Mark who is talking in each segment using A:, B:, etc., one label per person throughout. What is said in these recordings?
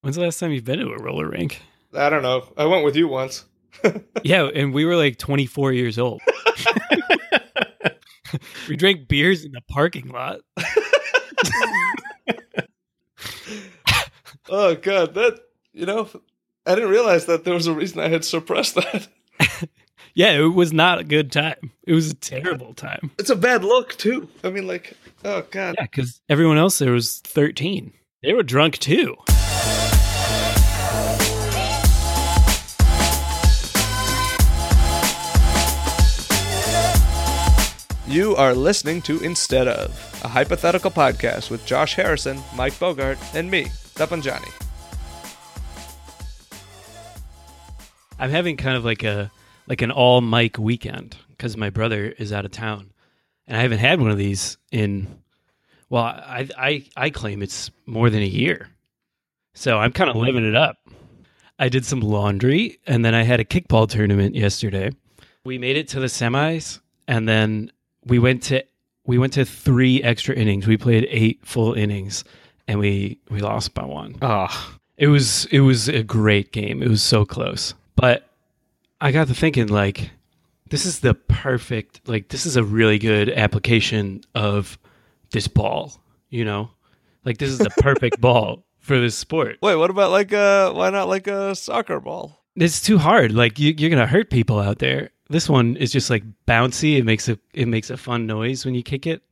A: When's the last time you've been to a roller rink?
B: I don't know. I went with you once.
A: Yeah, and we were like 24 years old. we drank beers in the parking lot.
B: Oh god, that you know, I didn't realize that there was a reason I had suppressed that.
A: Yeah, it was not a good time. It was a terrible time.
B: It's a bad look too. I mean, like, oh god.
A: Yeah, because everyone else there was 13. They were drunk too.
B: You are listening to Instead of a hypothetical podcast with Josh Harrison, Mike Bogart, and me, Johnny.
A: I'm having kind of like a like an all mic weekend because my brother is out of town, and I haven't had one of these in well, I I I claim it's more than a year, so I'm kind of living it up. I did some laundry, and then I had a kickball tournament yesterday. We made it to the semis, and then we went to we went to three extra innings. We played eight full innings, and we we lost by one.
B: Ah,
A: It was it was a great game. It was so close. But I got to thinking like this is the perfect like this is a really good application of this ball, you know? Like this is the perfect ball for this sport.
B: wait, what about like a why not like a soccer ball?
A: It's too hard. Like you you're going to hurt people out there. This one is just like bouncy. It makes a it makes a fun noise when you kick it.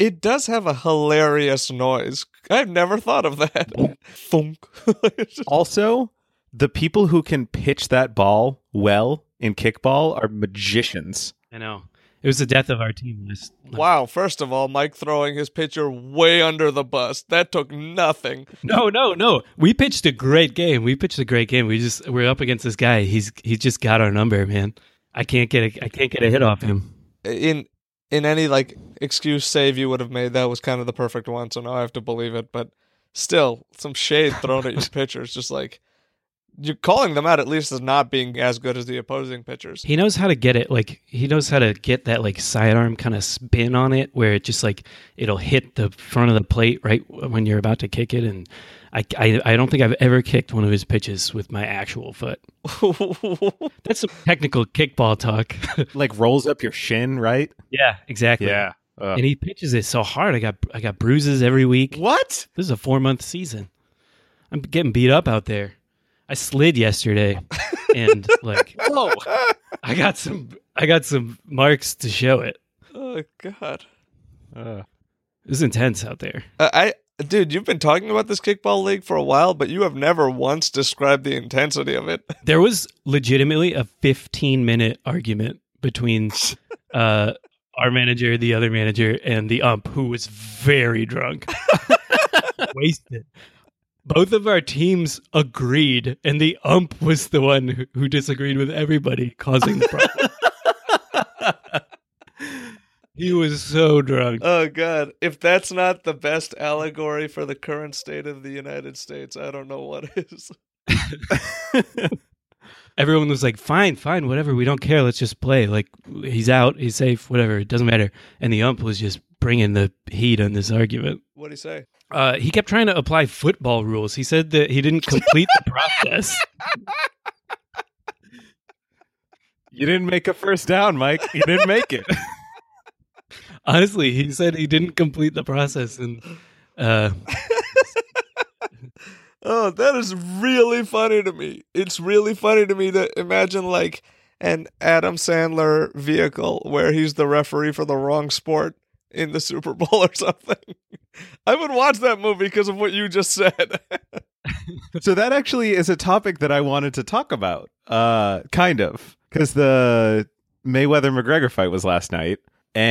B: It does have a hilarious noise. I've never thought of that. Thunk.
C: Also, the people who can pitch that ball well in kickball are magicians.
A: I know. It was the death of our team last
B: wow, first of all, Mike throwing his pitcher way under the bus. That took nothing.
A: No, no, no. We pitched a great game. We pitched a great game. We just we're up against this guy. He's he's just got our number, man. I can't get a I can't get a hit off him.
B: In in any like excuse save you would have made, that was kind of the perfect one, so now I have to believe it, but still, some shade thrown at your pitcher is just like you're calling them out at least as not being as good as the opposing pitchers.
A: He knows how to get it. Like he knows how to get that like sidearm kind of spin on it, where it just like it'll hit the front of the plate right when you're about to kick it. And I I, I don't think I've ever kicked one of his pitches with my actual foot.
B: Oh,
A: That's some technical kickball talk.
C: Like rolls up your shin, right?
A: yeah, exactly.
C: Ugh.
A: And he pitches it so hard. I got I got bruises every week.
C: what?
A: This is a four month season. I'm getting beat up out there. I slid yesterday, and like,
C: Whoa.
A: I got some, I got some marks to show it.
B: oh god.
C: Ugh.
A: It was intense out there.
B: Uh, I dude, you've been talking about this kickball league for a while, but you have never once described the intensity of it.
A: There was legitimately a 15 minute argument between uh, our manager, the other manager, and the ump, who was very drunk, wasted. Both of our teams agreed, and the ump was the one who- who disagreed with everybody, causing the problem. he was so drunk.
B: Oh god, if that's not the best allegory for the current state of the United States, I don't know what is.
A: everyone was like, "Fine, fine, whatever. We don't care. Let's just play. Like he's out, he's safe, whatever. It doesn't matter." And the ump was just bringing the heat on this argument.
B: What do you say?
A: Uh, he kept trying to apply football rules. He said that he didn't complete the process.
C: You didn't make a first down, Mike. You didn't make it.
A: Honestly, he said he didn't complete the process, and uh,
B: Oh, that is really funny to me. It's really funny to me to imagine like an Adam Sandler vehicle where he's the referee for the wrong sport in the Super Bowl or something. I would watch that movie because of what you just said.
C: so that actually is a topic that I wanted to talk about, uh, kind of, because the Mayweather McGregor fight was last night,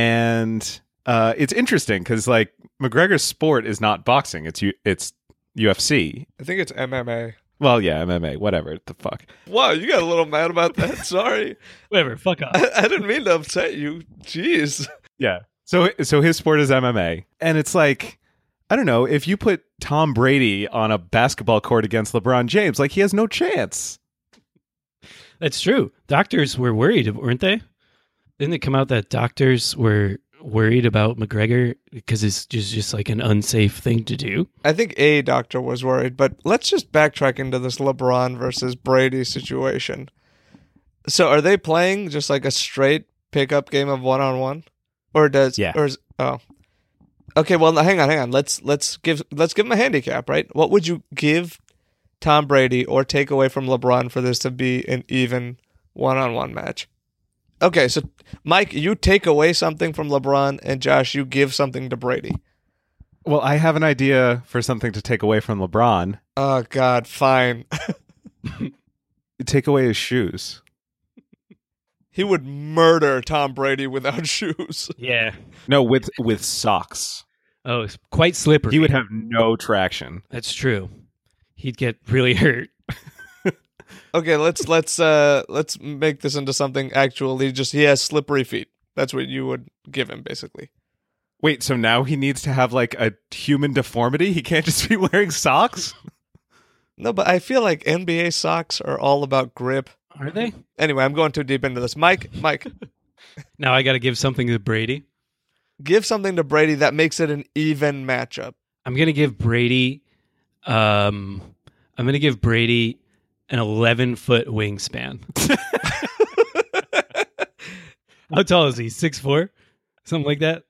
C: and uh, it's interesting because like McGregor's sport is not boxing; it's U- it's UFC.
B: I think it's MMA.
C: Well, yeah, MMA, whatever the fuck.
B: Wow, you got a little mad about that. Sorry.
A: whatever. Fuck off.
B: I, I didn't mean to upset you. Jeez.
C: Yeah. So so his sport is MMA, and it's like I don't know if you put Tom Brady on a basketball court against LeBron James, like he has no chance.
A: That's true. Doctors were worried, weren't they? Didn't it come out that doctors were worried about McGregor because it's just just like an unsafe thing to do.
B: I think a doctor was worried, but let's just backtrack into this LeBron versus Brady situation. So are they playing just like a straight pickup game of one on one, or does
C: Yeah.
B: or is, oh, okay. Well, no, hang on, hang on. Let's let's give let's give him a handicap, right? What would you give Tom Brady or take away from LeBron for this to be an even one on one match? Okay, so Mike, you take away something from LeBron, and Josh, you give something to Brady.
C: Well, I have an idea for something to take away from LeBron.
B: Oh God, fine.
C: Take away his shoes.
B: He would murder Tom Brady without shoes.
A: Yeah.
C: No, with with socks.
A: Oh, it's quite slippery.
C: He would have no traction.
A: That's true. He'd get really hurt.
B: Okay, let's let's uh let's make this into something actually just he has slippery feet. That's what you would give him basically.
C: Wait, so now he needs to have like a human deformity? He can't just be wearing socks?
B: No, but I feel like NBA socks are all about grip.
A: Are they?
B: Anyway, I'm going too deep into this. Mike, Mike,
A: Now I got to give something to Brady.
B: give something to Brady that makes it an even matchup.
A: I'm gonna give Brady. Um, I'm gonna give Brady an 11 foot wingspan. How tall is he? Six four, something like that.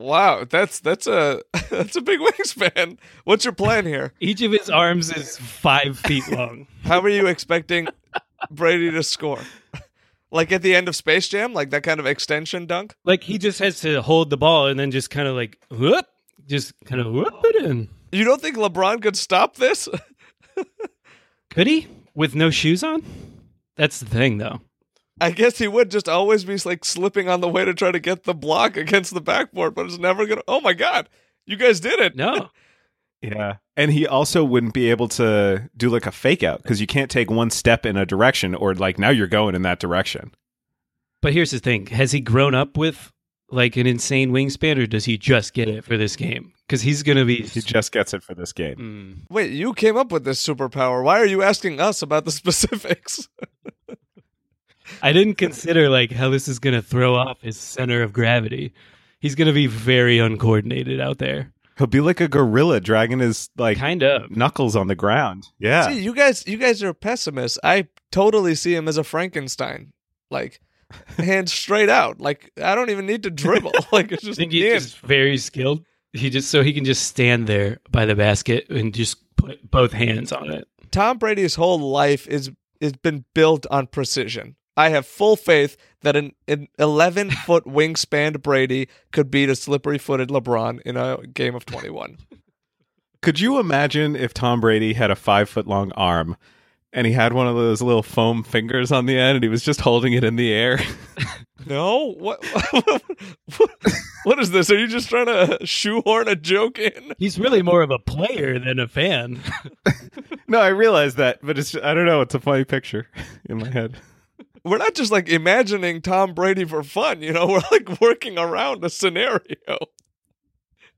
B: Wow, that's that's a that's a big wingspan. What's your plan here?
A: Each of his arms is five feet long.
B: How are you expecting Brady to score? Like at the end of Space Jam, like that kind of extension dunk?
A: like he just has to hold the ball and then just kind of like whoop, just kind of whoop it in.
B: You don't think LeBron could stop this?
A: Could he with no shoes on? That's the thing, though.
B: I guess he would just always be like slipping on the way to try to get the block against the backboard, but it's never gonna. Oh my god, you guys did it!
A: No,
C: Yeah. And he also wouldn't be able to do like a fake out because you can't take one step in a direction or like now you're going in that direction.
A: but here's the thing: has he grown up with like an insane wingspan, or does he just get it for this game? Because he's gonna be.
C: He just gets it for this game.
A: Mm.
B: Wait, you came up with this superpower. Why are you asking us about the specifics?
A: I didn't consider like how this is gonna throw off his center of gravity. He's gonna be very uncoordinated out there.
C: He'll be like a gorilla dragging his like
A: Kind of.
C: knuckles on the ground. Yeah.
B: See, you guys, you guys are pessimists. I totally see him as a Frankenstein, like hands straight out. Like I don't even need to dribble. Like it's
A: I
B: just,
A: think he's
B: in.
A: just very skilled. He just so he can just stand there by the basket and just put both hands on it.
B: Tom Brady's whole life is has been built on precision. I have full faith that an, an 11 foot wingspan Brady could beat a slippery footed LeBron in a game of 21.
C: Could you imagine if Tom Brady had a five foot long arm and he had one of those little foam fingers on the end and he was just holding it in the air?
B: No? What, what, what is this? Are you just trying to shoehorn a joke in?
A: He's really more of a player than a fan.
C: no, I realize that, but it's I don't know. It's a funny picture in my head.
B: We're not just like imagining Tom Brady for fun, you know? We're like working around a scenario.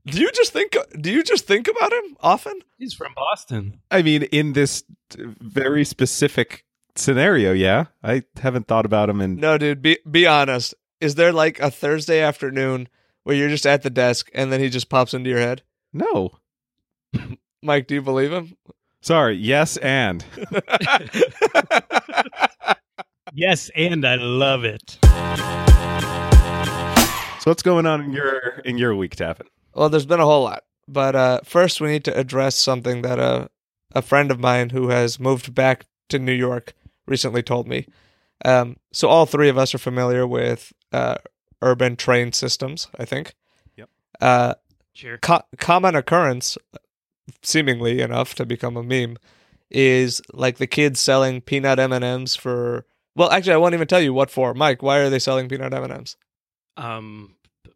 B: Do you just think do you just think about him often?
A: He's from Boston.
C: I mean, in this very specific scenario, yeah. I haven't thought about him in
B: No, dude, be be honest. Is there like a Thursday afternoon where you're just at the desk and then he just pops into your head?
C: no.
B: Mike, do you believe him?
C: Sorry, yes and.
A: Yes, and I love it.
C: So what's going on in your in your week, Tappan?
B: well, there's been a whole lot, but uh, first we need to address something that a a friend of mine who has moved back to New York recently told me. Um, so all three of us are familiar with uh, urban train systems, I think.
C: Yep.
B: Uh,
A: Sure.
B: co- common occurrence, seemingly enough to become a meme, is like the kids selling peanut M and M's for. Well, actually, I won't even tell you what for, Mike. Why are they selling peanut M and M's?
A: Um, b-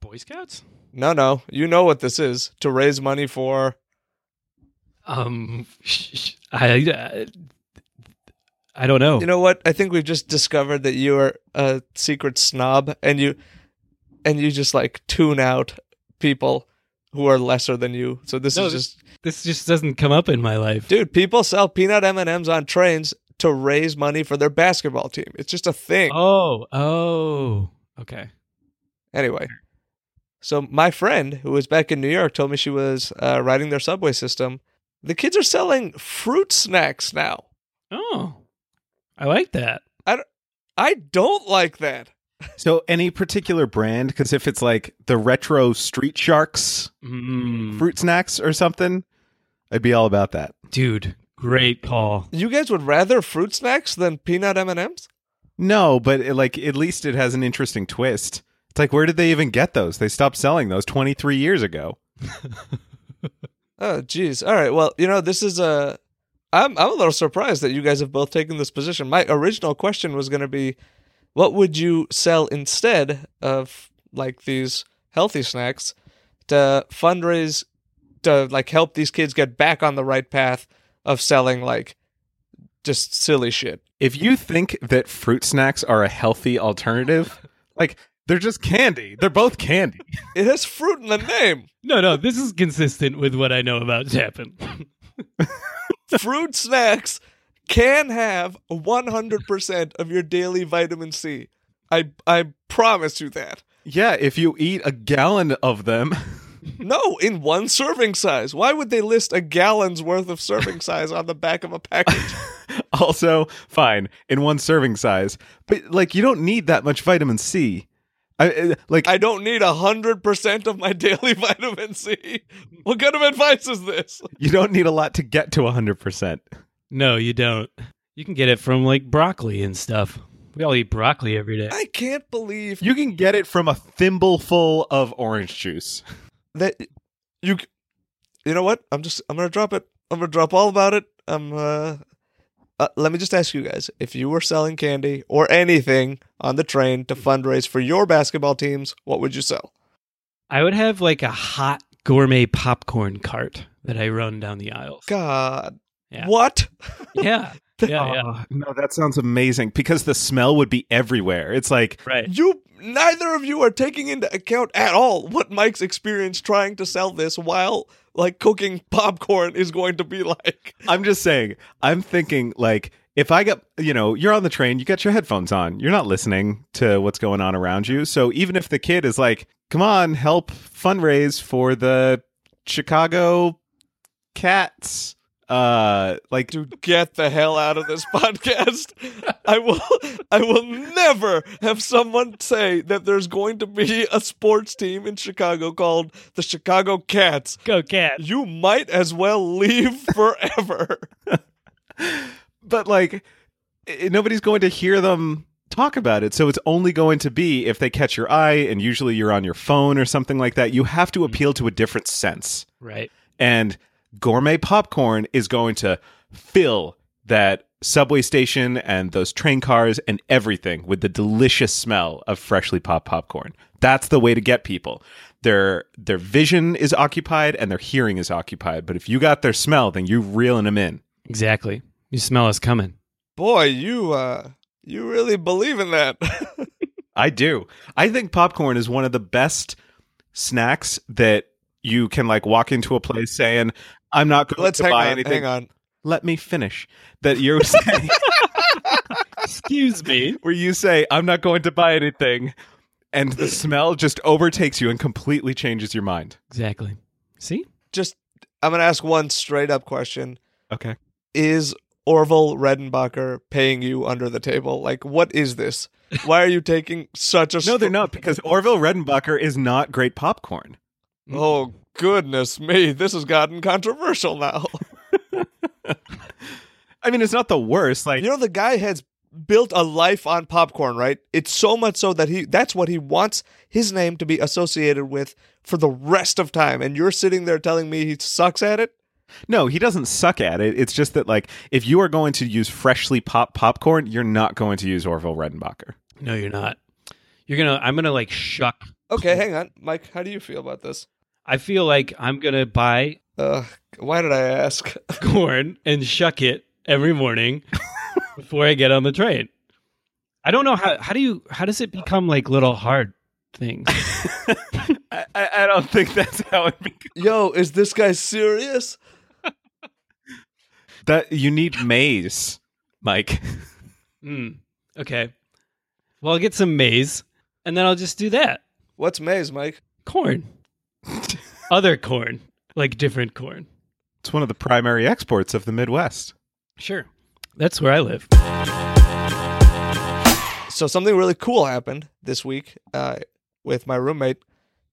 A: Boy Scouts.
B: No, no, you know what this is to raise money for.
A: Um, I I don't know.
B: You know what? I think we've just discovered that you are a secret snob, and you, and you just like tune out people who are lesser than you. So this
A: No,
B: is
A: this-
B: just
A: this just doesn't come up in my life.
B: dude. People sell peanut M and M's on trains to raise money for their basketball team. It's just a thing.
A: Oh, oh, okay.
B: Anyway, so my friend who was back in New York told me she was uh, riding their subway system. The kids are selling fruit snacks now.
A: Oh, I like that.
B: I don't like that.
C: So, any particular brand? Because if it's like the retro Street Sharks
A: Mm,
C: fruit snacks or something, I'd be all about that.
A: dude, great call.
B: You guys would rather fruit snacks than peanut M and M's?
C: No, but it, like at least it has an interesting twist. It's like where did they even get those? They stopped selling those 23 years ago.
B: Oh, geez. All right. Well, you know, this is a. I'm I'm a little surprised that you guys have both taken this position. My original question was going to be, what would you sell instead of like these healthy snacks to fundraise to like help these kids get back on the right path of selling like just silly shit.
C: If you think that fruit snacks are a healthy alternative, like they're just candy. They're both candy.
B: It has fruit in the name.
A: No, no, this is consistent with what I know about Japan.
B: fruit snacks can have 100% of your daily vitamin C. I I promise you that.
C: Yeah, if you eat a gallon of them,
B: No, in one serving size. Why would they list a gallon's worth of serving size on the back of a package?
C: also fine in one serving size. But like you don't need that much vitamin C. I I- like
B: I don't need 100% of my daily vitamin C. What kind of advice is this?
C: you don't need a lot to get to 100%.
A: no, you don't. You can get it from like broccoli and stuff. We all eat broccoli every day.
B: I can't believe
C: You can get it from a thimbleful of orange juice.
B: that you c- You know what? I'm just I'm going to drop it. I'm going to drop all about it. I'm uh, uh let me just ask you guys, if you were selling candy or anything on the train to fundraise for your basketball teams, what would you sell?
A: I would have like a hot gourmet popcorn cart that I run down the aisles.
B: God.
A: Yeah.
B: What?
A: Yeah. Yeah, yeah.
C: Oh, No, that sounds amazing because the smell would be everywhere. It's like
A: Right.
B: You neither of you are taking into account at all what Mike's experience trying to sell this while like cooking popcorn is going to be like.
C: I'm just saying, I'm thinking like if I got, you know, you're on the train, you got your headphones on, you're not listening to what's going on around you. So even if the kid is like, "Come on, help fundraise for the Chicago Cats," uh, like
B: Dude, get the hell out of this podcast. I will I will never have someone say that there's going to be a sports team in Chicago called the Chicago Cats.
A: Go cat.
B: You might as well leave forever.
C: but like i- nobody's going to hear them talk about it so it's only going to be if they catch your eye and usually you're on your phone or something like that you have to appeal to a different sense
A: Right.
C: and gourmet popcorn is going to fill that subway station and those train cars and everything with the delicious smell of freshly popped popcorn. That's the way to get people. Their their vision is occupied and their hearing is occupied, but if you got their smell, then you reeling them in.
A: Exactly. You smell us coming.
B: Boy, you uh you really believe in that.
C: I do. I think popcorn is one of the best snacks that you can like walk into a place saying, "I'm not going
B: Let's
C: to
B: hang
C: buy
B: on,
C: anything."
B: hang on.
C: Let me finish. That you're saying
A: Excuse me.
C: where you say, I'm not going to buy anything, and the smell just overtakes you and completely changes your mind.
A: Exactly. See?
B: just I'm gonna ask one straight up question:
C: Okay.
B: Is Orville Redenbacher paying you under the table? Like, what is this? Why are you taking such a?
C: No,
B: str-
C: they're not, because Orville Redenbacher is not great popcorn.
B: Oh goodness me! This has gotten controversial now.
C: I mean, it's not the worst. Like,
B: you know, the guy has built a life on popcorn, right? It's so much so that he—that's what he wants his name to be associated with for the rest of time. And you're sitting there telling me he sucks at it.
C: no, he doesn't suck at it. It's just that, like, if you are going to use freshly pop popcorn, you're not going to use Orville Redenbacher.
A: No, you're not. You're gonna I'm gonna like shuck.
B: Okay, hang on, Mike. How do you feel about this?
A: I feel like I'm gonna buy
B: Uh, why did I ask?
A: corn and shuck it every morning before I get on the train. I don't know how how do you how does it become like little hard things?
C: I, I I don't think that's how it becomes.
B: Yo, is this guy serious?
C: That, you need maize, Mike.
A: Hmm. Mm, okay. Well, I'll get some maize and then I'll just do that.
B: What's maize, Mike?
A: Corn. Other corn, like different corn.
C: It's one of the primary exports of the Midwest.
A: Sure. That's where I live.
B: So something really cool happened this week uh, with my roommate,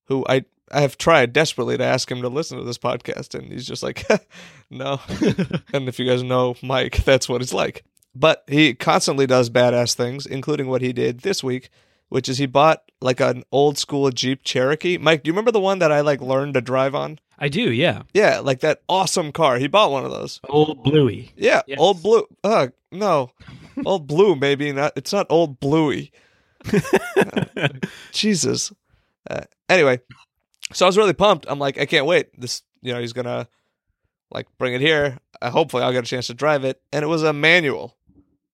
B: who I I have tried desperately to ask him to listen to this podcast, and he's just like, no. and if you guys know Mike, that's what it's like. But he constantly does badass things, including what he did this week, which is he bought like an old school Jeep Cherokee. Mike, do you remember the one that I like learned to drive on?
A: I do, yeah.
B: Yeah, like that awesome car. He bought one of those.
A: Old Bluey.
B: Yeah,
A: Yes.
B: old blue. Uh, no, old blue. Maybe not. It's not old bluey. Jesus. Uh, anyway, so I was really pumped. I'm like, I can't wait. This, you know, he's gonna like bring it here. Uh, hopefully, I'll get a chance to drive it. And it was a manual.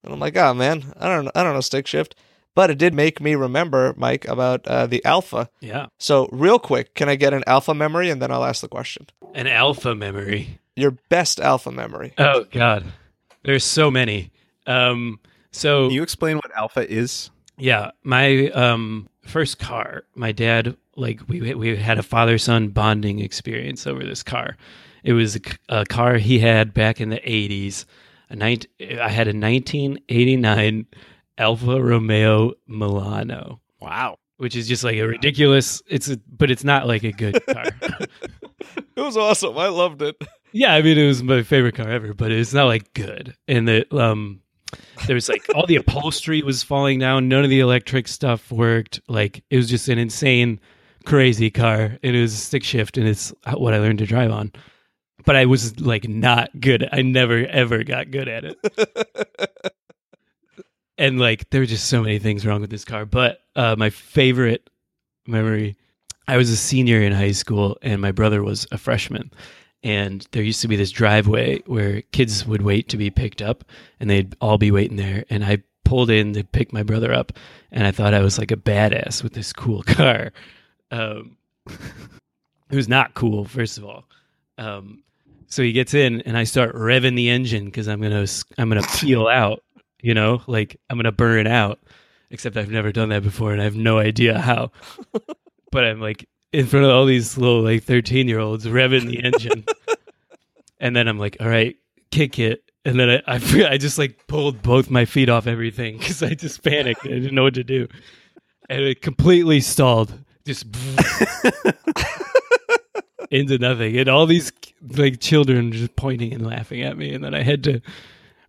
B: And I'm like, oh man, I don't, I don't know stick shift. But it did make me remember, Mike, about uh, the alpha.
A: Yeah.
B: So real quick, can I get an alpha memory, and then I'll ask the question.
A: An alpha memory.
B: Your best alpha memory.
A: Oh God, there's so many. Um, so
C: Can you explain what alpha is?
A: yeah, my um first car, my dad like we we had a father son bonding experience over this car. It was a, c- a car he had back in the '80s. A nine, I had a 1989 Alfa Romeo Milano. Wow, which is just like a ridiculous. It's a, but it's not like a good car.
B: It was awesome. I loved it.
A: Yeah, I mean it was my favorite car ever, but it's not like good. And the um there was like all the upholstery was falling down, none of the electric stuff worked. Like it was just an insane crazy car and it was a stick shift and it's what I learned to drive on. But I was like not good. I never ever got good at it. and like there were just so many things wrong with this car, but uh my favorite memory I was a senior in high school and my brother was a freshman and there used to be this driveway where kids would wait to be picked up and they'd all be waiting there and i pulled in to pick my brother up and i thought i was like a badass with this cool car um, it was not cool first of all um, so he gets in and i start revving the engine because i'm gonna s- i'm gonna peel out you know like i'm gonna burn out except i've never done that before and i have no idea how but i'm like in front of all these little like 13 year olds revving the engine and then i'm like all right kick it and then i, I, fr- I just like pulled both my feet off everything because i just panicked i didn't know what to do and it completely stalled just into nothing and all these like children just pointing and laughing at me and then i had to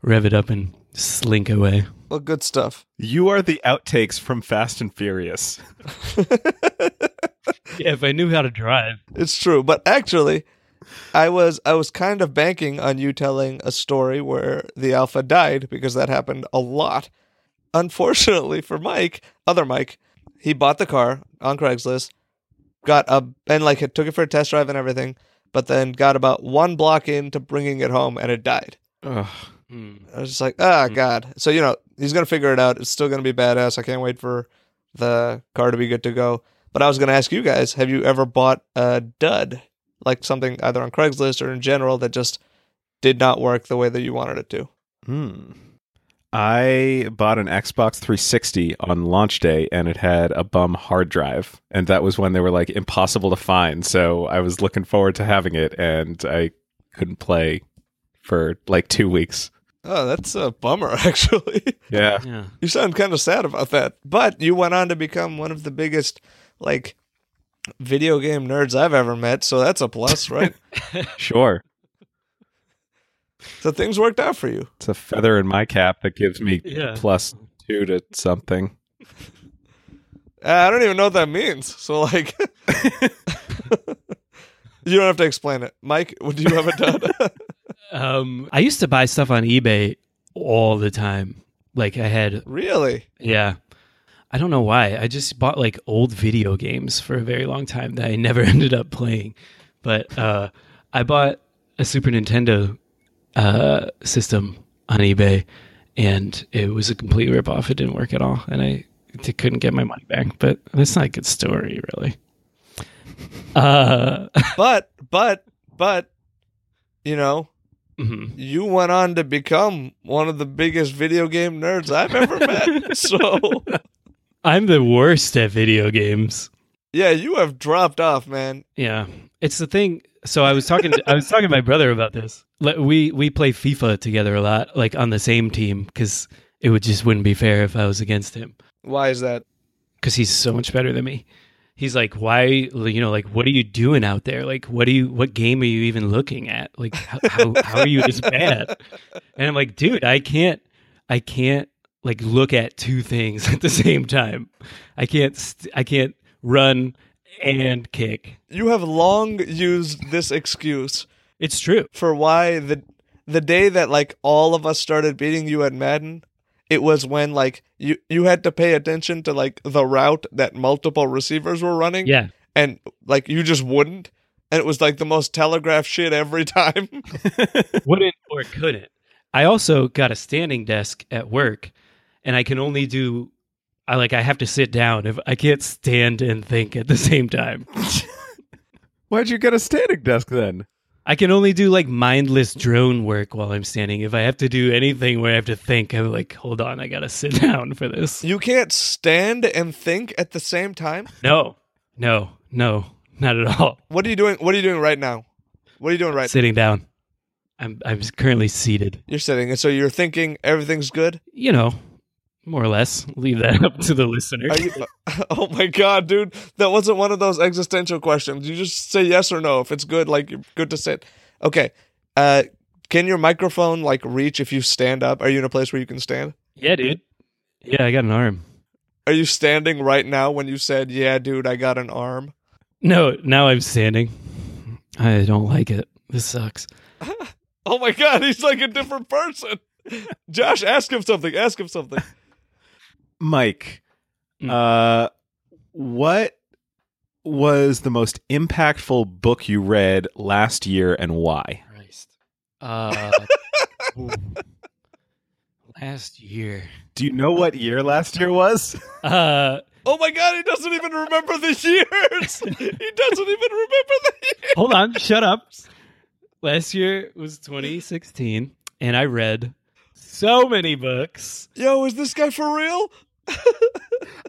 A: rev it up and slink away
B: Well, good stuff.
C: You are the outtakes from Fast and Furious.
A: yeah if i knew how to drive
B: It's true, but actually, I was I was kind of banking on you telling a story where the alpha died because that happened a lot. Unfortunately for Mike, other Mike, he bought the car on Craigslist, got a and like it took it for a test drive and everything, but then got about one block into bringing it home and it died.
C: Ugh.
A: Hmm.
B: I was just like, ah, God. So, you know, he's going to figure it out. It's still going to be badass. I can't wait for the car to be good to go. But I was going to ask you guys have you ever bought a dud, like something either on Craigslist or in general that just did not work the way that you wanted it to?
C: Hmm. I bought an Xbox 360 on launch day and it had a bum hard drive. And that was when they were like impossible to find. So I was looking forward to having it and I couldn't play for like two weeks.
B: Oh, that's a bummer, actually.
C: Yeah.
A: yeah
B: you sound kind of sad about that. But you went on to become one of the biggest, like, video game nerds I've ever met. So that's a plus, right?
C: Sure.
B: so things worked out for you.
C: It's a feather in my cap that gives me
A: Yeah.
C: plus two to something.
B: Uh, I don't even know what that means. So like, you don't have to explain it, Mike. Would you have a dud?
A: Um, I used to buy stuff on eBay all the time. Like I had,
B: really?
A: yeah. I don't know why. I just bought like old video games for a very long time that I never ended up playing. But uh, I bought a Super Nintendo uh, system on eBay, and it was a complete ripoff. It didn't work at all, and I t- couldn't get my money back. But that's not a good story, really. Uh,
B: But but but, you know,
A: mhm.
B: you went on to become one of the biggest video game nerds I've ever met. So
A: I'm the worst at video games.
B: Yeah, you have dropped off, man.
A: Yeah, it's the thing. So I was talking. To, I was talking to my brother about this. Like, We we play FIFA together a lot, like on the same team, because it would just wouldn't be fair if I was against him,
B: Why is that?
A: because he's so much better than me. He's like, why, you know, like, what are you doing out there? Like, what do you, what game are you even looking at? Like, how, how, how are you this bad? And I'm like, dude, I can't, I can't like look at two things at the same time. I can't, st- I can't run and kick.
B: You have long used this excuse
A: It's true.
B: for why the the day that like all of us started beating you at Madden, it was when like you you had to pay attention to like the route that multiple receivers were running
A: Yeah.
B: and like you just wouldn't and it was like the most telegraphed shit every time.
A: wouldn't or couldn't. I also got a standing desk at work, and I can only do. I like I have to sit down if I can't stand and think at the same time.
C: Why'd you get a standing desk then?
A: I can only do like mindless drone work while I'm standing. If I have to do anything where I have to think, I'm like, hold on, I gotta sit down for this.
B: you can't stand and think at the same time.
A: No, no, no, not at all.
B: What are you doing? What are you doing right now? What are you doing right?
A: Sitting down. I'm I'm currently seated.
B: You're sitting, and so you're thinking everything's good.
A: You know, more or less. Leave that up to the listener.
B: Are you, oh my god, dude, that wasn't one of those existential questions. You just say yes or no if it's good. Like you're good to sit. Okay. Uh, can your microphone like reach if you stand up? Are you in a place where you can stand?
A: yeah, dude. Yeah, I got an arm.
B: Are you standing right now when you said, "Yeah, dude, I got an arm"?
A: No, now I'm standing. I don't like it. This sucks.
B: Oh my god, he's like a different person. Josh, ask him something. Ask him something.
C: Mike,
A: Mm.
C: uh, what was the most impactful book you read last year and why?
A: Christ. Uh, ooh. last year.
C: Do you know what year last year was?
A: Uh,
B: Oh my god, he doesn't even remember the years. he doesn't even remember the years.
A: hold on. shut up. Last year was 2016, and I read so many books.
B: Yo, is this guy for real?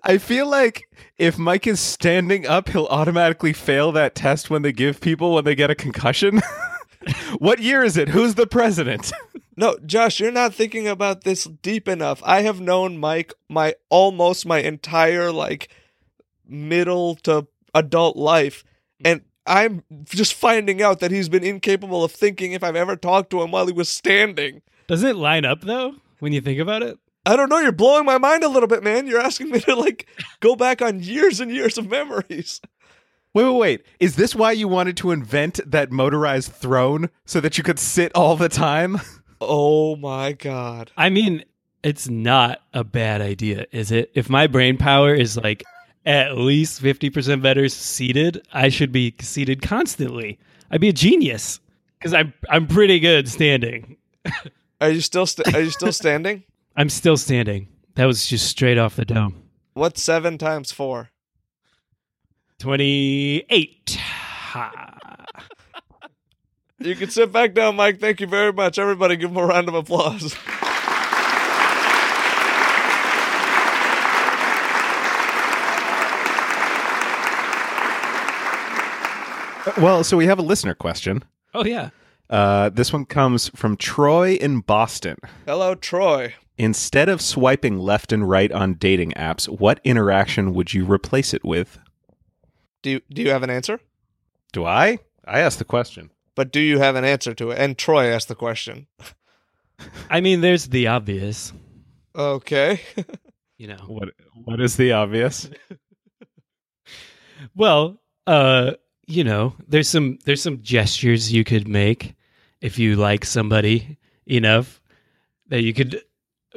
C: I feel like if Mike is standing up, he'll automatically fail that test when they give people when they get a concussion. what year is it? Who's the president?
B: No, Josh, you're not thinking about this deep enough. I have known Mike my almost my entire like middle to adult life and I'm just finding out that he's been incapable of thinking if I've ever talked to him while he was standing.
A: Doesn't it line up though when you think about it?
B: I don't know, you're blowing my mind a little bit, man. You're asking me to like go back on years and years of memories.
C: Wait, wait, wait. Is this why you wanted to invent that motorized throne so that you could sit all the time?
B: Oh my god.
A: I mean, it's not a bad idea, is it? If my brain power is like at least 50% better seated, I should be seated constantly. I'd be a genius cuz I'm I'm pretty good standing.
B: Are you still st- are you still standing?
A: I'm still standing. That was just straight off the dome.
B: What's seven times four?
A: 28. Ha.
B: You can sit back down, Mike. Thank you very much. Everybody, give him a round of applause.
C: Uh, Well, so we have a listener question.
A: Oh yeah.
C: Uh, this one comes from Troy in Boston.
B: Hello, Troy.
C: Instead of swiping left and right on dating apps, what interaction would you replace it with?
B: Do you, do you have an answer?
C: Do I? I asked the question.
B: But do you have an answer to it? And Troy asked the question.
A: I mean, there's the obvious,
B: Okay.
A: you know.
C: What What is the obvious?
A: Well, uh, you know, there's some there's some gestures you could make if you like somebody enough that you could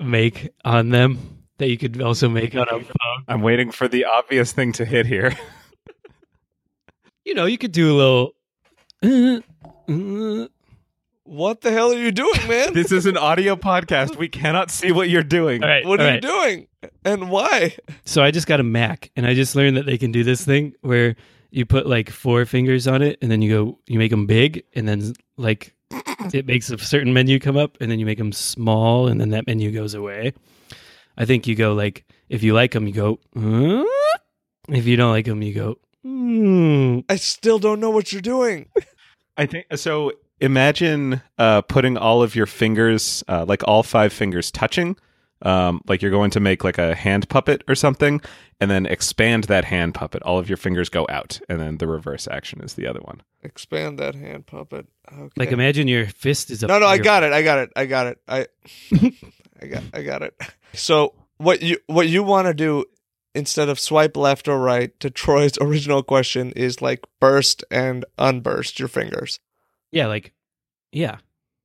A: make on them that you could also make on a phone.
C: I'm waiting for the obvious thing to hit here.
A: You know, you could do a little. uh, uh,
B: what the hell are you doing, man?
C: this is an audio podcast. We cannot see what you're doing.
A: all right,
B: what
A: all
B: are
A: right.
B: you doing? And why?
A: So I just got a Mac, and I just learned that they can do this thing where you put like four fingers on it, and then you go, you make them big, and then like it makes a certain menu come up, and then you make them small, and then that menu goes away. I think you go like if you like them, you go. "Huh?" If you don't like them, you go. Mm.
B: I still don't know what you're doing.
C: I think so. Imagine uh, putting all of your fingers, uh, like all five fingers, touching, um, like you're going to make like a hand puppet or something, and then expand that hand puppet. All of your fingers go out, and then the reverse action is the other one.
B: Expand that hand puppet. Okay.
A: Like imagine your fist is a
B: no, no, I got it. I got it. I got it. I, I got, I got it. So what you what you want to do instead of swipe left or right to Troy's original question is like burst and unburst your fingers.
A: Yeah, like yeah.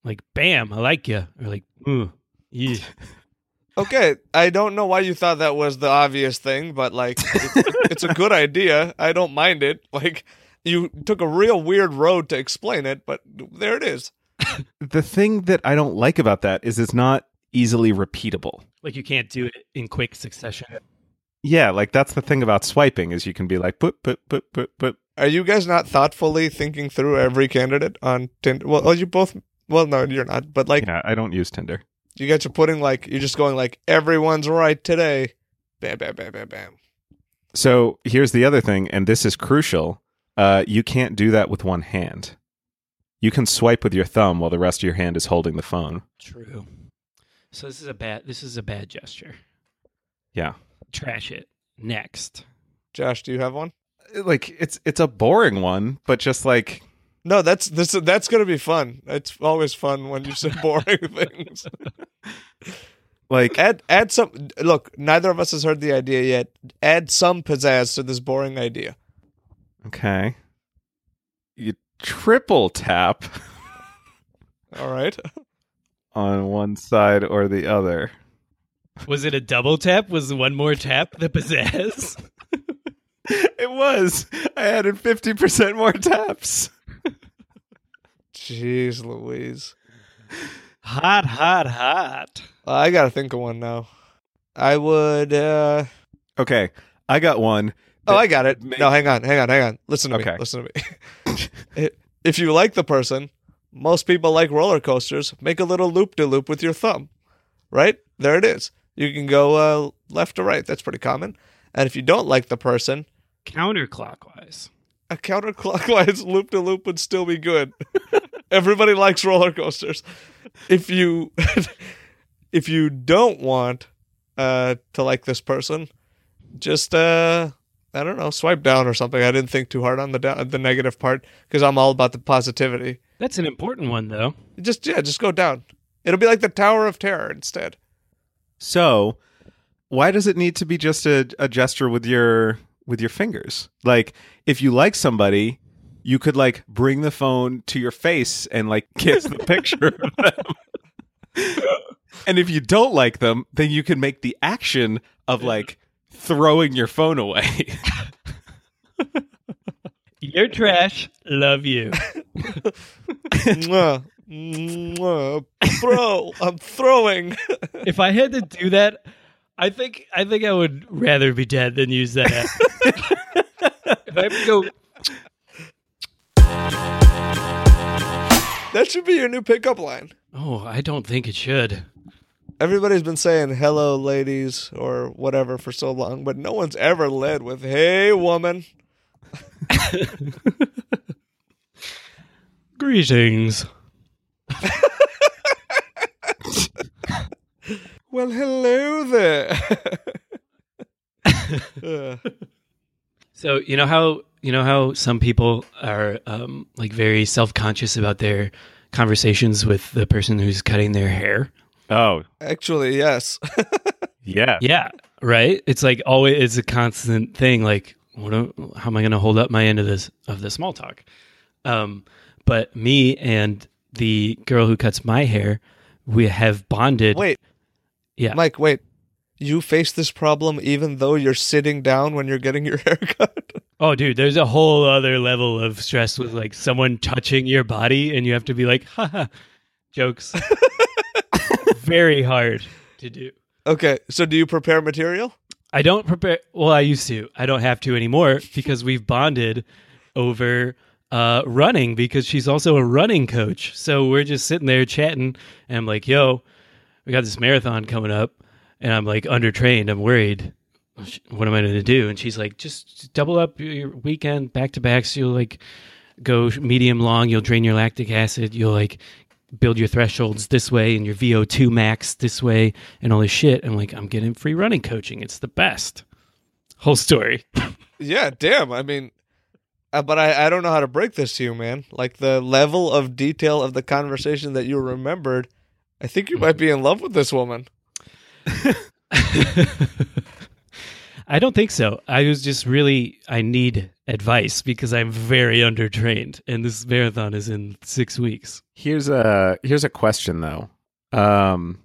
A: Like bam, I like you. Or like ooh. Yeah.
B: Okay, I don't know why you thought that was the obvious thing, but like it, it's a good idea. I don't mind it. Like you took a real weird road to explain it, but there it is.
C: The thing that I don't like about that is it's not easily repeatable.
A: Like you can't do it in quick succession.
C: Yeah, like that's the thing about swiping is you can be like put put put put put.
B: Are you guys not thoughtfully thinking through every candidate on Tinder? Well, oh, you both. Well, no, you're not. But like,
C: Yeah, I don't use Tinder.
B: you guys are putting like you're just going like everyone's right today. Bam, bam, bam, bam, bam.
C: So here's the other thing, and this is crucial. Uh, you can't do that with one hand. You can swipe with your thumb while the rest of your hand is holding the phone.
A: True. So this is a bad this is a bad gesture.
C: Yeah.
A: Trash it. Next.
B: Josh, do you have one?
C: Uh, Like it's it's a boring one, but just like
B: No, that's this. That's gonna be fun. It's always fun when you say boring things.
C: like
B: Add add some. Look, neither of us has heard the idea yet. Add some pizzazz to this boring idea.
C: okay. You triple tap
B: All right.
C: on one side or the other.
A: Was it a double tap? Was one more tap the pizzazz?
C: It was. I added 50% more taps.
B: Jeez, Louise. Uh,
A: hot, hot, hot.
B: I gotta think of one now. I would. uh
C: Okay. I got one.
B: Oh, I got it.
C: Maybe-
B: No, hang on, hang on, hang on. Listen to me.
C: Okay.
B: Listen to me. I- if you like the person, most people like roller coasters. Make a little loop de loop with your thumb. Right there, it is. You can go uh, left to right. That's pretty common. And if you don't like the person,
A: Counterclockwise.
B: a counterclockwise loop de loop would still be good. Everybody likes roller coasters. If you if you don't want uh, to like this person, just uh, I don't know, swipe down or something. I didn't think too hard on the down, the negative part because I'm all about the positivity.
A: That's an important one though.
B: Just yeah, just go down. It'll be like the Tower of Terror instead.
C: So, why does it need to be just a, a gesture with your with your fingers? Like, if you like somebody, you could like bring the phone to your face and like kiss the picture of them. and if you don't like them, then you can make the action of like throwing your phone away.
A: You're trash. Love you.
B: Mwah. Mwah. Throw. I'm throwing.
A: if I had to do that, I think I think I would rather be dead than use that. app. if I have to go,
B: That should be your new pickup line.
A: oh, I don't think it should.
B: Everybody's been saying hello, ladies, or whatever for so long, but no one's ever led with hey, woman.
A: Greetings.
B: Well, hello there. Uh,
A: So you know how you know how some people are um, like very self conscious about their conversations with the person who's cutting their hair.
C: Oh,
B: actually, yes.
C: yeah.
A: Yeah, right. It's like always it's a constant thing. Like, what am- how am I going to hold up my end of this of the small talk? Um, but me and the girl who cuts my hair, we have bonded.
B: Wait.
A: Yeah.
B: Mike, wait. You face this problem even though you're sitting down when you're getting your haircut?
A: Oh, dude, there's a whole other level of stress with like someone touching your body, and you have to be like, haha, jokes. Very hard to do.
B: okay, so do you prepare material?
A: I don't prepare. Well, I used to. I don't have to anymore because we've bonded over uh, running because she's also a running coach. So we're just sitting there chatting, and I'm like, "Yo, we got this marathon coming up," and I'm like undertrained. I'm worried. what am I going to do? And she's like, just double up your- your weekend back to backs. You'll like go medium long. You'll drain your lactic acid. You'll like build your thresholds this way and your VO2 max this way and all this shit. I'm like, I'm getting free running coaching. It's the best. Whole story.
B: Yeah, damn. I mean, uh, but I, I don't know how to break this to you, man. Like the level of detail of the conversation that you remembered, I think you might be in love with this woman.
A: I don't think so. I was just really, I need advice because I'm very undertrained and this marathon is in six weeks.
C: Here's a here's a question though. Um,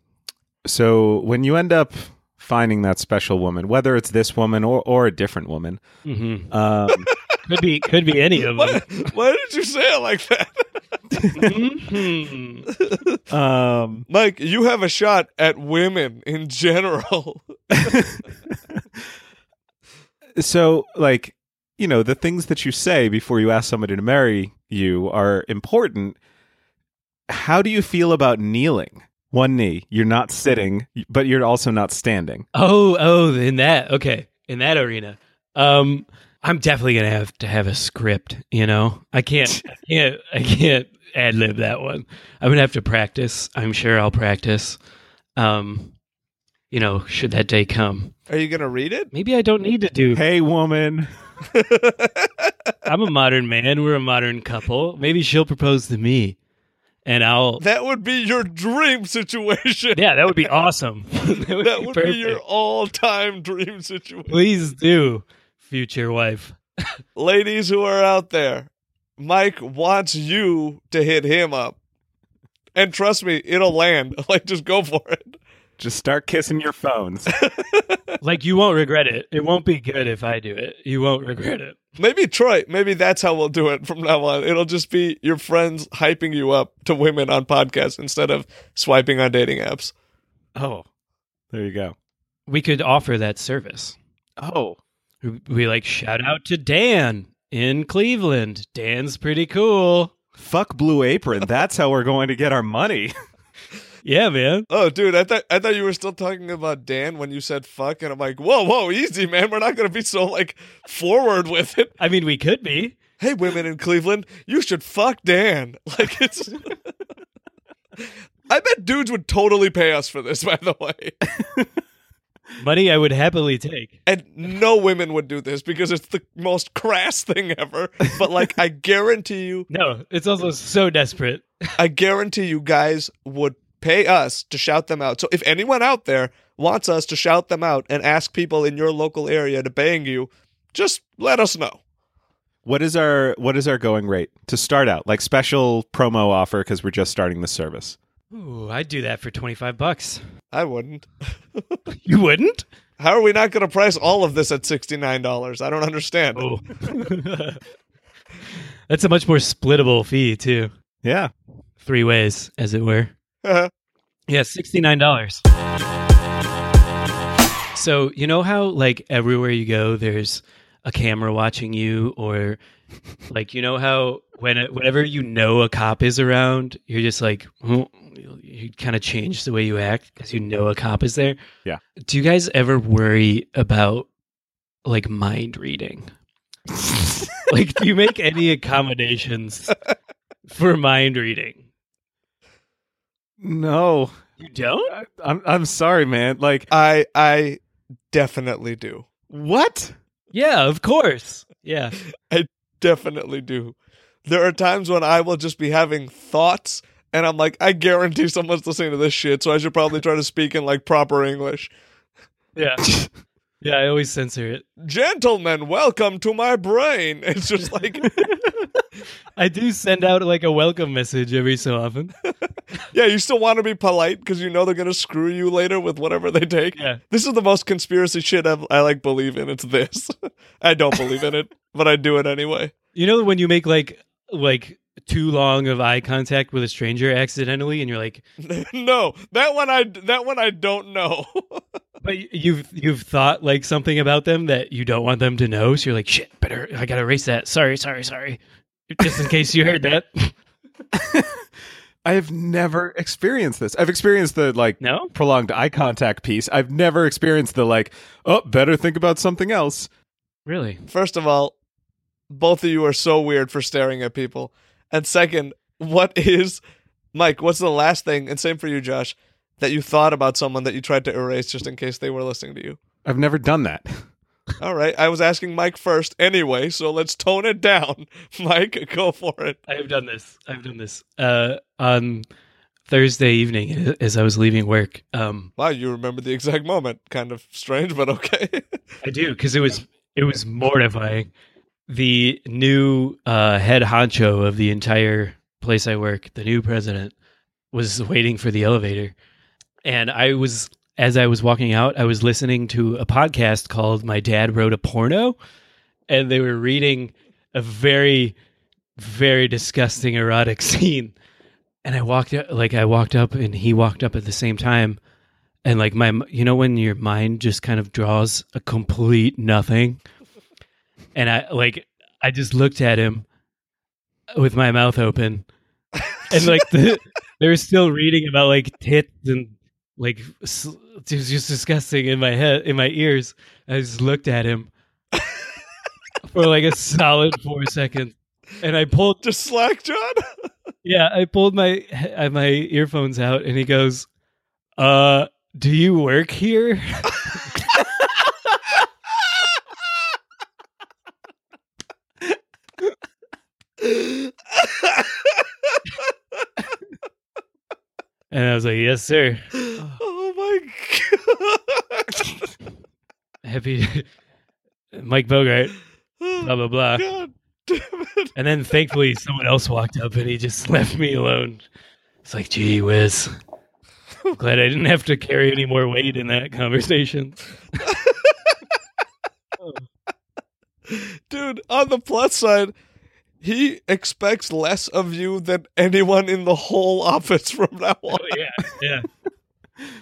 C: so when you end up finding that special woman, whether it's this woman or or a different woman,
A: hmm
C: um,
A: Could be, could be any of them.
B: What? Why did you say it like that?
A: Mhm.
C: um,
B: Mike, you have a shot at women in general.
C: so like you know the things that you say before you ask somebody to marry you are important. How do you feel about kneeling? One knee, you're not sitting, but you're also not standing.
A: Oh, oh, in that okay, in that arena. Um, I'm definitely gonna have to have a script. You know, I can't, I can't, I can't ad lib that one. I'm gonna have to practice. I'm sure I'll practice. Um, you know, should that day come,
B: Are you gonna read it?
A: maybe I don't need to do.
C: Hey, woman.
A: I'm a modern man. We're a modern couple. Maybe she'll propose to me, and I'll.
B: That would be your dream situation.
A: Yeah, that would be awesome. that would,
B: That
A: be,
B: would
A: perfect.
B: be your all-time dream situation.
A: Please do, future wife.
B: Ladies who are out there, Mike wants you to hit him up. And trust me, it'll land. Like just go for it.
C: Just start kissing your phones.
A: Like you won't regret it. It won't be good if I do it. You won't regret it.
B: Maybe Troy, maybe that's how we'll do it from now on. It'll just be your friends hyping you up to women on podcasts instead of swiping on dating apps.
C: Oh, there you go.
A: We could offer that service.
C: Oh,
A: We like shout out to Dan in Cleveland. Dan's pretty cool.
C: fuck Blue Apron. That's how we're going to get our money.
A: Yeah, man.
B: Oh, dude, I thought I thought you were still talking about Dan when you said fuck, and I'm like, whoa, whoa, easy, man. We're not gonna be so like forward with it.
A: I mean, we could be.
B: Hey, women in Cleveland, you should fuck Dan. Like it's. I bet dudes would totally pay us for this, by the way.
A: Money I would happily take.
B: And no women would do this because it's the most crass thing ever. But like, I guarantee you,
A: No, it's also so desperate.
B: I guarantee you guys would pay us to shout them out. So if anyone out there wants us to shout them out and ask people in your local area to bang you, just let us know.
C: What is our what is our going rate to start out? Like special promo offer because we're just starting the service.
A: Ooh, I'd do that for 25 bucks.
B: I wouldn't.
A: You wouldn't?
B: How are we not going to price all of this at $69? I don't understand.
A: Oh. That's a much more splittable fee, too.
C: Yeah.
A: Three ways, as it were. Yeah, $69. So, you know how, like, everywhere you go, there's a camera watching you, or, like, you know how when whenever you know a cop is around, you're just like, "Hmm," you kind of change the way you act because you know a cop is there?
C: Yeah.
A: Do you guys ever worry about, like, mind reading? like, do you make any accommodations for mind reading?
C: no,
A: You don't?
C: I, I'm I'm sorry, man. Like
B: I I definitely do.
C: what?
A: Yeah, of course. Yeah.
B: Definitely do. There are times when I will just be having thoughts and I'm like, I guarantee someone's listening to this shit, so I should probably try to speak in like proper English.
A: Yeah. Yeah, I always censor it.
B: Gentlemen, welcome to my brain. It's just like,
A: I do send out like a welcome message every so often.
B: yeah, you still want to be polite because you know they're gonna screw you later with whatever they take.
A: Yeah.
B: This is the most conspiracy shit I've, I like believe in. It's this. I don't believe in it, but I do it anyway.
A: You know when you make like like too long of eye contact with a stranger accidentally and you're like
B: no, that one I that one I don't know.
A: but y- you've you've thought like something about them that you don't want them to know so you're like shit better I got to erase that sorry sorry sorry just in case you heard that
C: I have never experienced this. I've experienced the like
A: No?
C: prolonged eye contact piece. I've never experienced the like, oh, better think about something else.
A: Really?
B: First of all, both of you are so weird for staring at people. And second, what is Mike, what's the last thing, and same for you, Josh, that you thought about someone that you tried to erase just in case they were listening to you?
C: I've never done that.
B: All right, I was asking Mike first anyway, so let's tone it down. Mike, go for it.
A: I have done this. I've done this. Uh, on Thursday evening, as I was leaving work, um,
B: Wow, you remember the exact moment. Kind of strange, but okay.
A: I do because it was it was mortifying. The new uh, head honcho of the entire place I work, the new president, was waiting for the elevator, and I was as I was walking out, I was listening to a podcast called "My Dad Wrote a Porno," and they were reading a very, very disgusting erotic scene. And I walked up, like I walked up, and he walked up at the same time, and like my you know when your mind just kind of draws a complete nothing and i like i just looked at him with my mouth open and like the, they were still reading about like tits and like s- it was just disgusting in my head in my ears i just looked at him for like a solid four seconds and i pulled
B: Just slack, John.
A: yeah, I pulled my uh, my earphones out, and he goes, "Uh, do you work here?" And I was like, "Yes, sir.
B: oh my
A: Happy Mike Bogart."
B: god.
A: Blah blah blah.
B: god damn it.
A: And then thankfully, someone else walked up, and he just left me alone. It's like, gee whiz. Glad I didn't have to carry any more weight in that conversation.
B: Dude, on the plus side, he expects less of you than anyone in the whole office from now on.
A: Oh, yeah, yeah.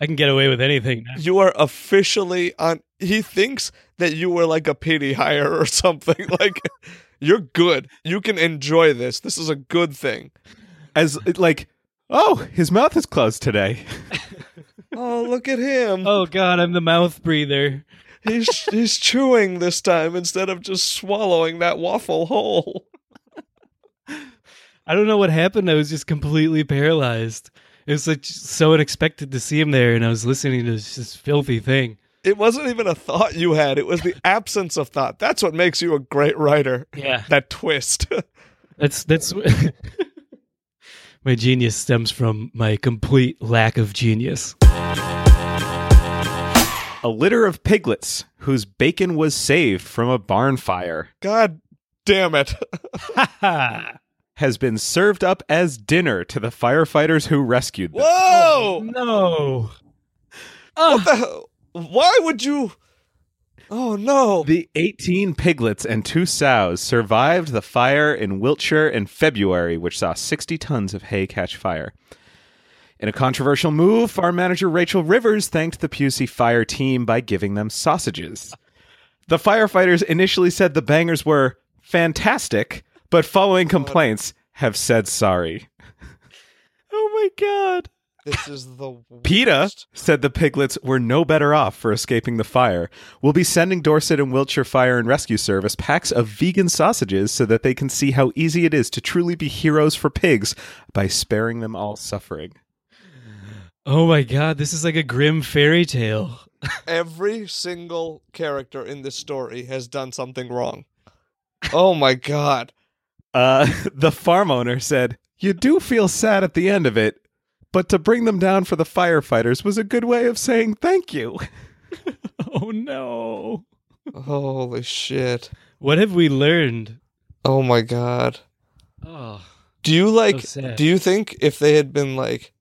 A: I can get away with anything now.
B: You are officially on. He thinks that you were like a pity hire or something. Like, you're good. You can enjoy this. This is a good thing.
C: As like, oh, his mouth is closed today.
B: Oh, look at him.
A: Oh God, I'm the mouth breather.
B: He's he's chewing this time instead of just swallowing that waffle whole.
A: I don't know what happened. I was just completely paralyzed. It was like so unexpected to see him there, and I was listening to this just filthy thing.
B: It wasn't even a thought you had. It was the absence of thought. That's what makes you a great writer.
A: Yeah,
B: That twist.
A: that's that's my genius stems from my complete lack of genius.
C: A litter of piglets whose bacon was saved from a barn fire
B: God damn it.
A: Ha ha!
C: has been served up as dinner to the firefighters who rescued them.
B: Whoa!
A: No. Oh,
B: What the hell? Why would you? Oh no!
C: The 18 piglets and two sows survived the fire in Wiltshire in February, which saw 60 tons of hay catch fire. In a controversial move, farm manager Rachel Rivers thanked the Pusey fire team by giving them sausages. The firefighters initially said the bangers were fantastic, but following complaints, have said sorry.
A: oh my God.
B: This is the
C: PETA
B: worst.
C: said the piglets were no better off for escaping the fire. We'll be sending Dorset and Wiltshire Fire and Rescue Service packs of vegan sausages so that they can see how easy it is to truly be heroes for pigs by sparing them all suffering.
A: Oh my God. This is like a grim fairy tale.
B: Every single character in this story has done something wrong. Oh my god!
C: Uh, the farm owner said, You do feel sad at the end of it, but to bring them down for the firefighters was a good way of saying thank you.
A: Oh no.
B: Holy shit!
A: What have we learned?
B: Oh my god!
A: Oh.
B: Do you like?
A: sad.
B: do you think if they had been like?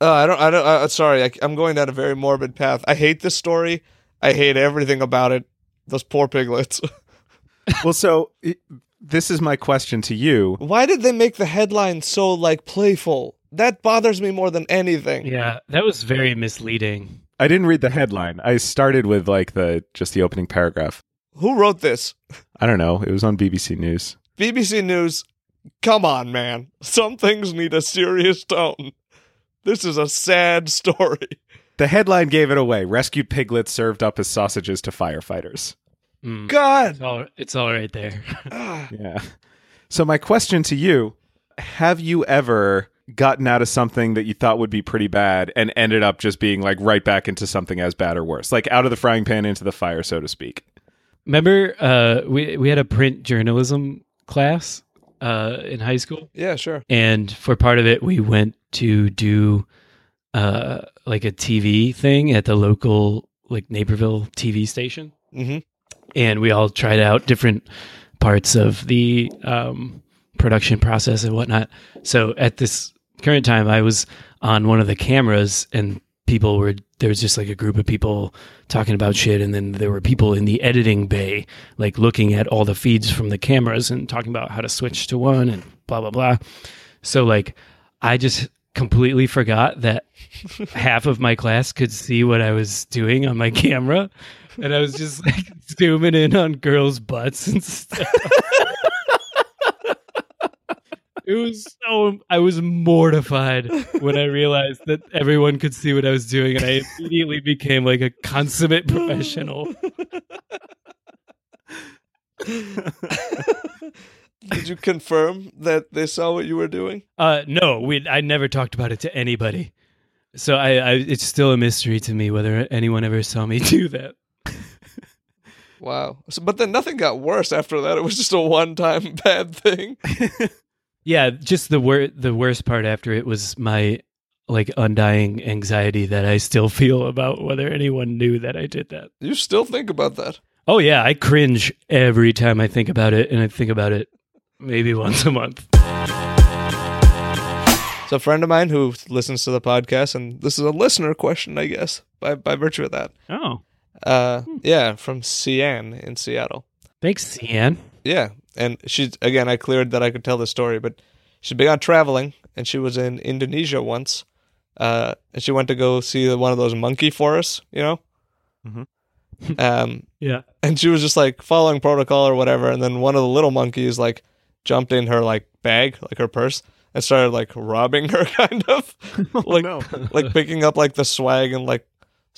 B: Uh, I don't. I don't. Uh, sorry, I, I'm going down a very morbid path. I hate this story. I hate everything about it. Those poor piglets.
C: well, so i- this is my question to you.
B: Why did they make the headline so like playful? That bothers me more than anything.
A: Yeah, that was very misleading.
C: I didn't read the headline. I started with like the just the opening paragraph.
B: Who wrote this?
C: I don't know. It was on BBC News.
B: BBC News, Come on, man. Some things need a serious tone. This is a sad story.
C: The headline gave it away. Rescued piglets served up as sausages to firefighters.
A: Mm.
B: God.
A: It's all, it's all right there.
B: Ah.
C: Yeah. So my question to you, have you ever gotten out of something that you thought would be pretty bad and ended up just being like right back into something as bad or worse? Like out of the frying pan into the fire, so to speak.
A: Remember, uh, we we had a print journalism class uh, in high school,
B: Yeah, sure.
A: and for part of it, we went to do uh, like a TV thing at the local like Naperville TV station,
B: hmm
A: and we all tried out different parts of the um, production process and whatnot. So at this current time, I was on one of the cameras, and people were there was just like a group of people talking about shit, and then there were people in the editing bay, like looking at all the feeds from the cameras and talking about how to switch to one and blah blah blah. So like, I just completely forgot that half of my class could see what I was doing on my camera, and I was just like zooming in on girls' butts and stuff. it was so I was mortified when I realized that everyone could see what I was doing, and I immediately became like a consummate professional.
B: Did you confirm that they saw what you were doing?
A: Uh, no, we I never talked about it to anybody. So I, I, it's still a mystery to me whether anyone ever saw me do that.
B: Wow. So, but then nothing got worse after that. It was just a one-time bad thing.
A: Yeah, just the wor- the worst part after it was my like undying anxiety that I still feel about whether anyone knew that I did that.
B: You still think about that.
A: Oh yeah, I cringe every time I think about it and I think about it maybe once a month.
B: So a friend of mine who listens to the podcast, and this is a listener question, I guess, by by virtue of that.
A: Oh.
B: Uh, yeah, from CN in Seattle.
A: Thanks, Cian.
B: Yeah, and she's again. I cleared that I could tell this story, but she's big on traveling, and she was in Indonesia once, uh, and she went to go see one of those monkey forests, you know.
C: Mhm.
B: um,
A: Yeah.
B: and she was just like following protocol or whatever and then one of the little monkeys like jumped in her like bag like her purse and started like robbing her kind of
A: Oh,
B: like
C: no.
B: like picking up like the swag and like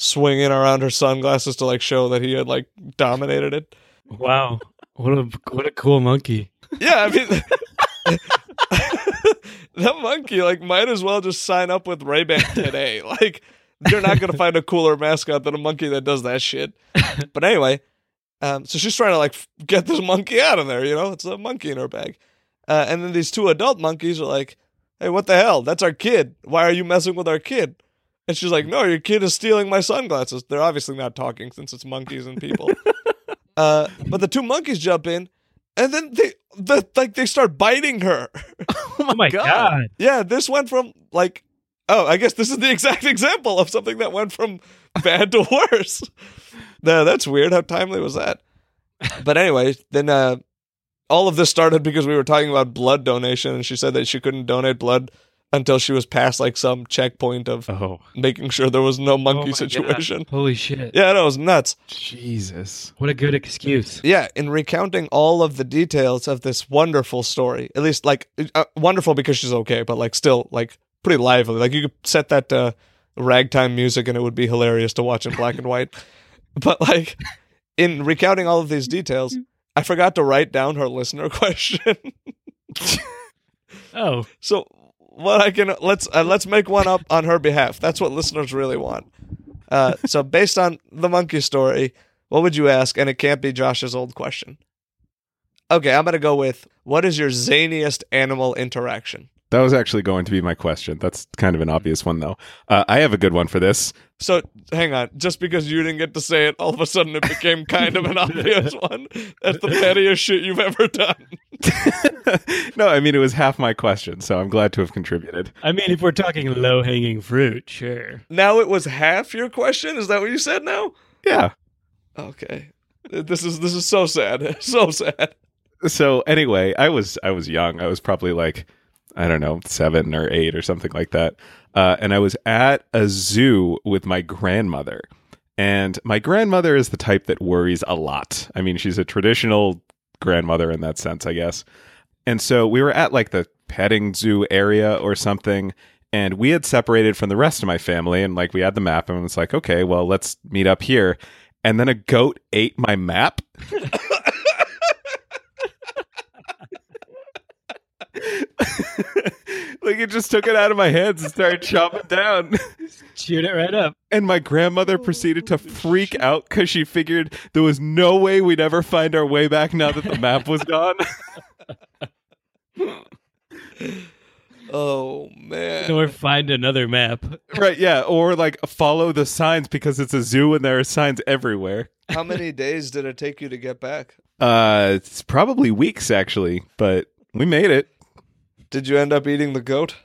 B: swinging around her sunglasses to like show that he had like dominated it
A: Wow. What a what a cool monkey.
B: yeah i mean that monkey like might as well just sign up with ray ban today like you're not gonna find a cooler mascot than a monkey that does that shit but anyway um, so she's trying to like f- get this monkey out of there you know it's a monkey in her bag uh, and then these two adult monkeys are like hey what the hell that's our kid why are you messing with our kid and she's like no your kid is stealing my sunglasses they're obviously not talking since it's monkeys and people uh, but the two monkeys jump in and then they the, like they start biting her
A: Oh my, god.
B: yeah, this went from like oh, I guess this is the exact example of something that went from bad to worse. no, that's weird. How timely was that? But anyway, then uh all of this started because we were talking about blood donation and she said that she couldn't donate blood until she was past like some checkpoint of
C: Oh,
B: making sure there was no monkey
A: my
B: situation.
A: Holy shit.
B: Yeah, that was nuts.
C: Jesus.
A: What a good excuse.
B: Yeah, in recounting all of the details of this wonderful story, at least like uh, wonderful because she's okay, but like still like pretty lively. Like you could set that to ragtime music and it would be hilarious to watch in black and white. But like in recounting all of these details, I forgot to write down her listener question.
A: Oh.
B: so what I can let's uh, let's make one up on her behalf. That's what listeners really want. Uh, so based on the monkey story, what would you ask? And it can't be Josh's old question. Okay, I'm gonna go with what is your zaniest animal interaction?
C: That was actually going to be my question. That's kind of an obvious one, though. Uh, I have a good one for this.
B: So hang on, just because you didn't get to say it, all of a sudden it became kind of an obvious one. That's the pettiest shit you've ever done.
C: no, I mean, it was half my question, so I'm glad to have contributed.
A: I mean if we're talking low hanging fruit, sure.
B: Now it was half your question. Is that what you said now?
C: Yeah.
B: Okay. This is this is so sad. So sad.
C: so anyway, I was I was young. I was probably like I don't know seven or eight or something like that. Uh, and I was at a zoo with my grandmother. And my grandmother is the type that worries a lot. I mean, she's a traditional grandmother in that sense, I guess. And so we were at like the petting zoo area or something. And we had separated from the rest of my family. And like we had the map and it's like, okay, well, let's meet up here. And then a goat ate my map. like it just took it out of my hands and started chopping down.
A: Chewed it right up.
C: And my grandmother proceeded to freak out because she figured there was no way we'd ever find our way back now that the map was gone.
B: Oh man.
A: Or find another map.
C: right, yeah. Or like follow the signs because it's a zoo and there are signs everywhere.
B: How many days did it take you to get back?
C: Uh, it's probably weeks actually, but we made it.
B: Did you end up eating the goat?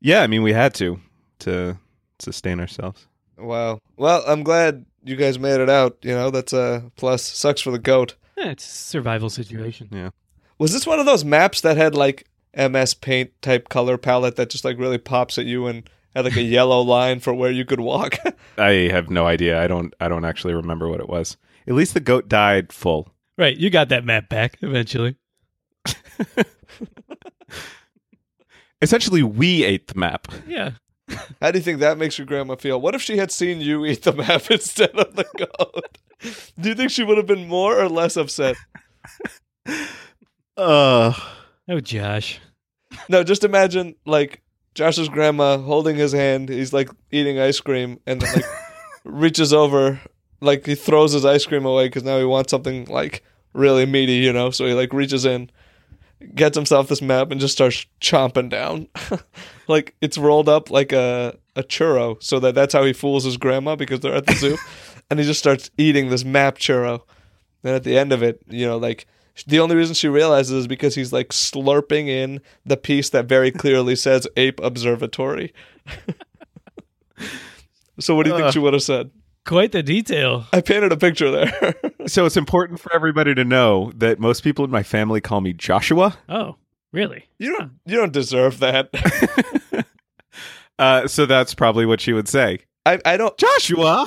C: Yeah, I mean, we had to to sustain ourselves.
B: Wow. Well, I'm glad you guys made it out. You know, that's a plus. Sucks for the goat.
A: Yeah, Eh, it's a survival situation.
B: Was this one of those maps that had like MS Paint type color palette that just like really pops at you and had like a yellow line for where you could walk?
C: I have no idea. I don't. I don't actually remember what it was. At least the goat died full.
A: Right, you got that map back eventually.
C: Essentially, we ate the map.
A: Yeah.
B: How do you think that makes your grandma feel? What if she had seen you eat the map instead of the goat? do you think she would have been more or less upset?
C: Uh,
A: Oh, Josh.
B: No, just imagine like Josh's grandma holding his hand. He's like eating ice cream and then like reaches over, like he throws his ice cream away because now he wants something like really meaty, you know. So he like reaches in, gets himself this map, and just starts chomping down. like it's rolled up like a a churro, so that that's how he fools his grandma because they're at the zoo, and he just starts eating this map churro. Then at the end of it, you know, like the only reason she realizes is because he's like slurping in the piece that very clearly says ape observatory. so what do you think
C: Ugh.
B: she would have said?
A: Quite the detail.
B: I painted a picture there.
C: so it's important for everybody to know that most people in my family call me Joshua.
A: Oh, really?
B: you don't you don't deserve that.
C: Uh, so that's probably what she would say.
B: I, I don't
C: Joshua.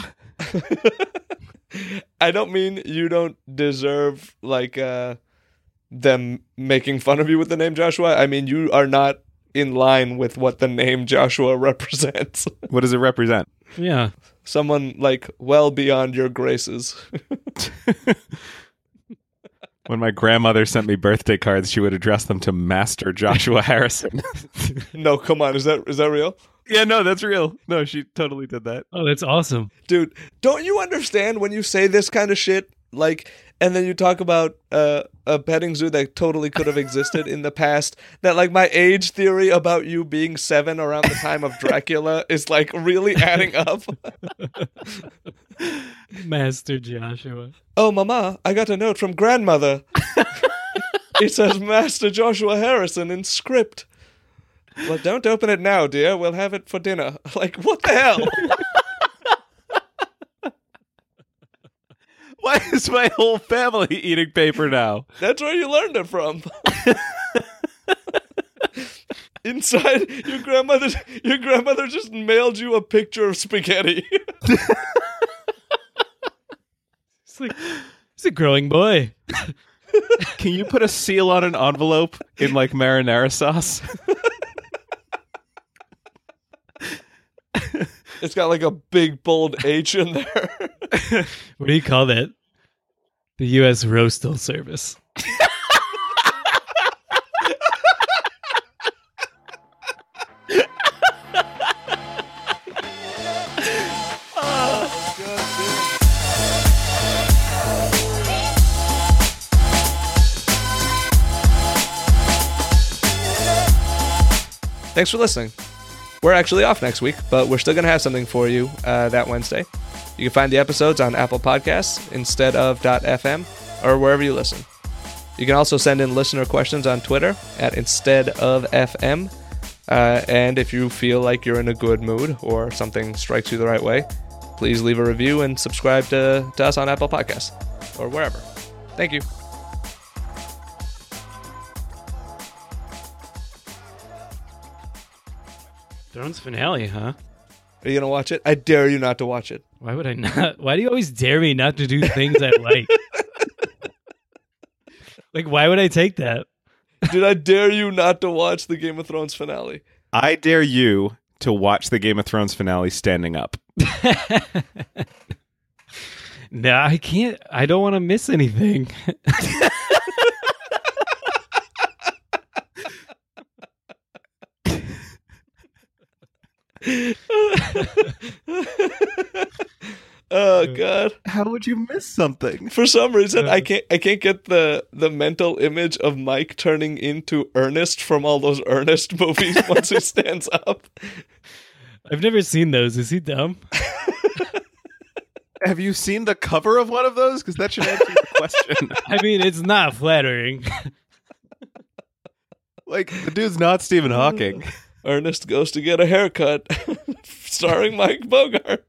B: I don't mean you don't deserve like uh them making fun of you with the name Joshua. I mean you are not in line with what the name Joshua represents.
C: What does it represent?
A: Yeah.
B: Someone like well beyond your graces.
C: When my grandmother sent me birthday cards, she would address them to Master Joshua Harrison.
B: no, come on, is that is that real?
C: yeah, no, that's real. No, she totally did that.
A: Oh, that's awesome.
B: dude don't you understand when you say this kind of shit like and then you talk about uh, a petting zoo that totally could have existed in the past that like my age theory about you being seven around the time of dracula is like really adding up
A: Master Joshua.
B: oh mama i got a note from grandmother it says master joshua harrison in script well don't open it now dear we'll have it for dinner like what the hell
C: Why is my whole family eating paper now?
B: That's where you learned it from. Inside your grandmother, your grandmother just mailed you a picture of spaghetti.
A: It's like, he's a growing boy.
C: Can you put a seal on an envelope in like marinara sauce?
B: it's got like a big bold H in there.
A: What do you call that? The U.S. Roastal Service.
B: Thanks for listening. We're actually off next week, but we're still going to have something for you uh, that Wednesday. You can find the episodes on Apple Podcasts instead of .fm or wherever you listen. You can also send in listener questions on Twitter at instead of FM. Uh, and if you feel like you're in a good mood or something strikes you the right way, please leave a review and subscribe to, to us on Apple Podcasts or wherever. Thank you.
A: Thrones finale, huh?
B: Are you going to watch it? I dare you not to watch it.
A: Why would I not? Why do you always dare me not to do things I like? like, why would I take that?
B: Did I dare you not to watch the Game of Thrones finale?
C: I dare you to watch the Game of Thrones finale standing up.
A: no, I can't. I don't want to miss anything.
B: Oh god.
C: How would you miss something?
B: For some reason
A: Yeah.
B: I can't I can't get the the mental image of Mike turning into Ernest from all those Ernest movies once he stands up.
A: I've never seen those. Is he dumb?
C: Have you seen the cover of one of those? Because that should answer your question.
A: I mean, it's not flattering.
C: like, the dude's not Stephen Hawking.
B: Ernest goes to get a haircut starring Mike Bogart.